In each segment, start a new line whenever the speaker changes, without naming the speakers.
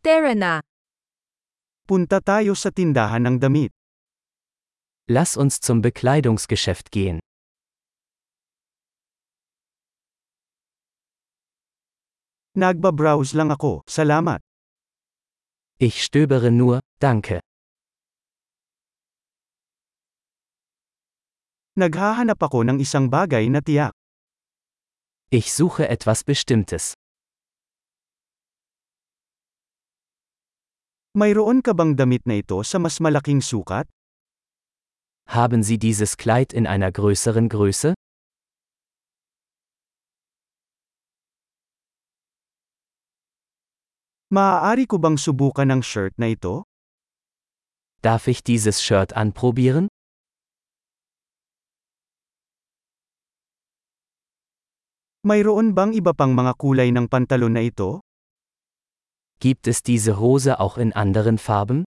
Tara na.
Punta tayo sa tindahan ng damit.
Lass uns zum Bekleidungsgeschäft gehen.
Nagbabrowse lang ako, salamat.
Ich stöbere nur, danke.
Naghahanap ako ng isang bagay na tiyak.
Ich suche etwas Bestimmtes.
Mayroon ka bang damit na ito sa mas malaking sukat?
Haben Sie dieses Kleid in einer größeren Größe?
Maaari ko bang subukan ang shirt na ito?
Darf ich dieses Shirt anprobieren?
Mayroon bang iba pang mga kulay ng pantalon na ito?
Gibt es diese Hose auch in anderen Farben?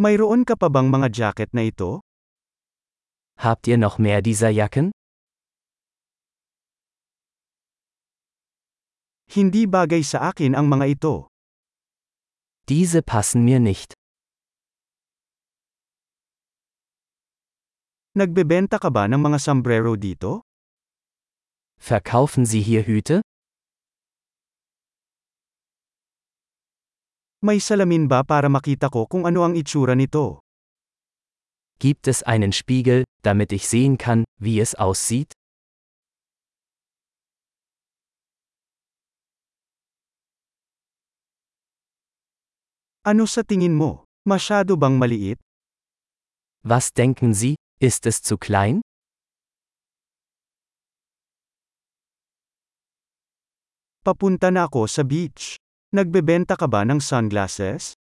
Mayroon ka pa bang mga jacket na ito?
Habt ihr noch mehr dieser Jacken?
Hindi bagay sa akin ang mga ito.
Diese passen mir nicht.
Nagbebenta ka ba ng mga sombrero dito?
Verkaufen Sie hier Hüte?
May salamin ba para makita ko kung ano ang itsura nito?
Gibt es einen Spiegel, damit ich sehen kann, wie es aussieht?
Ano sa tingin mo? Masyado bang maliit?
Was denken Sie, ist es zu klein?
Papunta na ako sa beach. Nagbebenta ka ba ng sunglasses?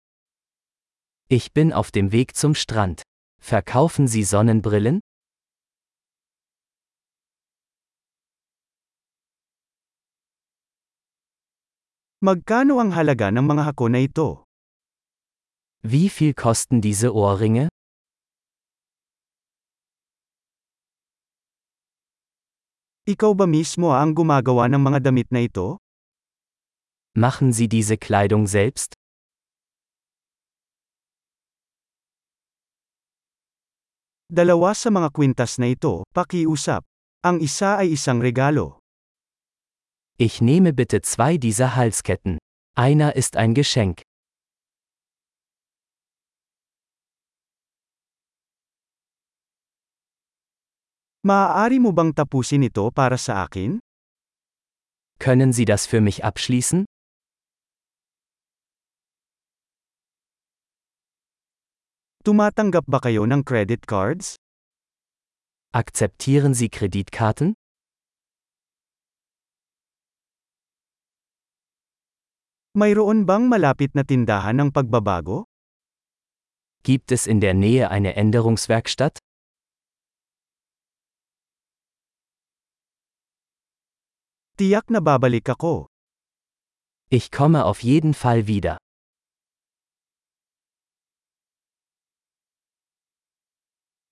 Ich bin auf dem Weg zum Strand. Verkaufen Sie Sonnenbrillen?
Magkano ang halaga ng mga hako na ito?
Wie viel kosten diese Ohrringe?
Ikaw ba mismo ang gumagawa ng mga damit na ito?
Machen Sie diese Kleidung selbst?
Dalawa sa mga kwintas na ito, pakiusap. Ang isa ay isang regalo.
Ich nehme bitte zwei dieser Halsketten. Einer ist ein Geschenk.
Maaari mo bang tapusin ito para sa akin?
Können Sie das für mich abschließen?
Tumatanggap ba kayo ng credit cards?
Akzeptieren Sie Kreditkarten?
Mayroon bang malapit na tindahan ng pagbabago?
Gibt es in der Nähe eine Änderungswerkstatt?
Tiyak na babalik ako.
Ich komme auf jeden Fall wieder.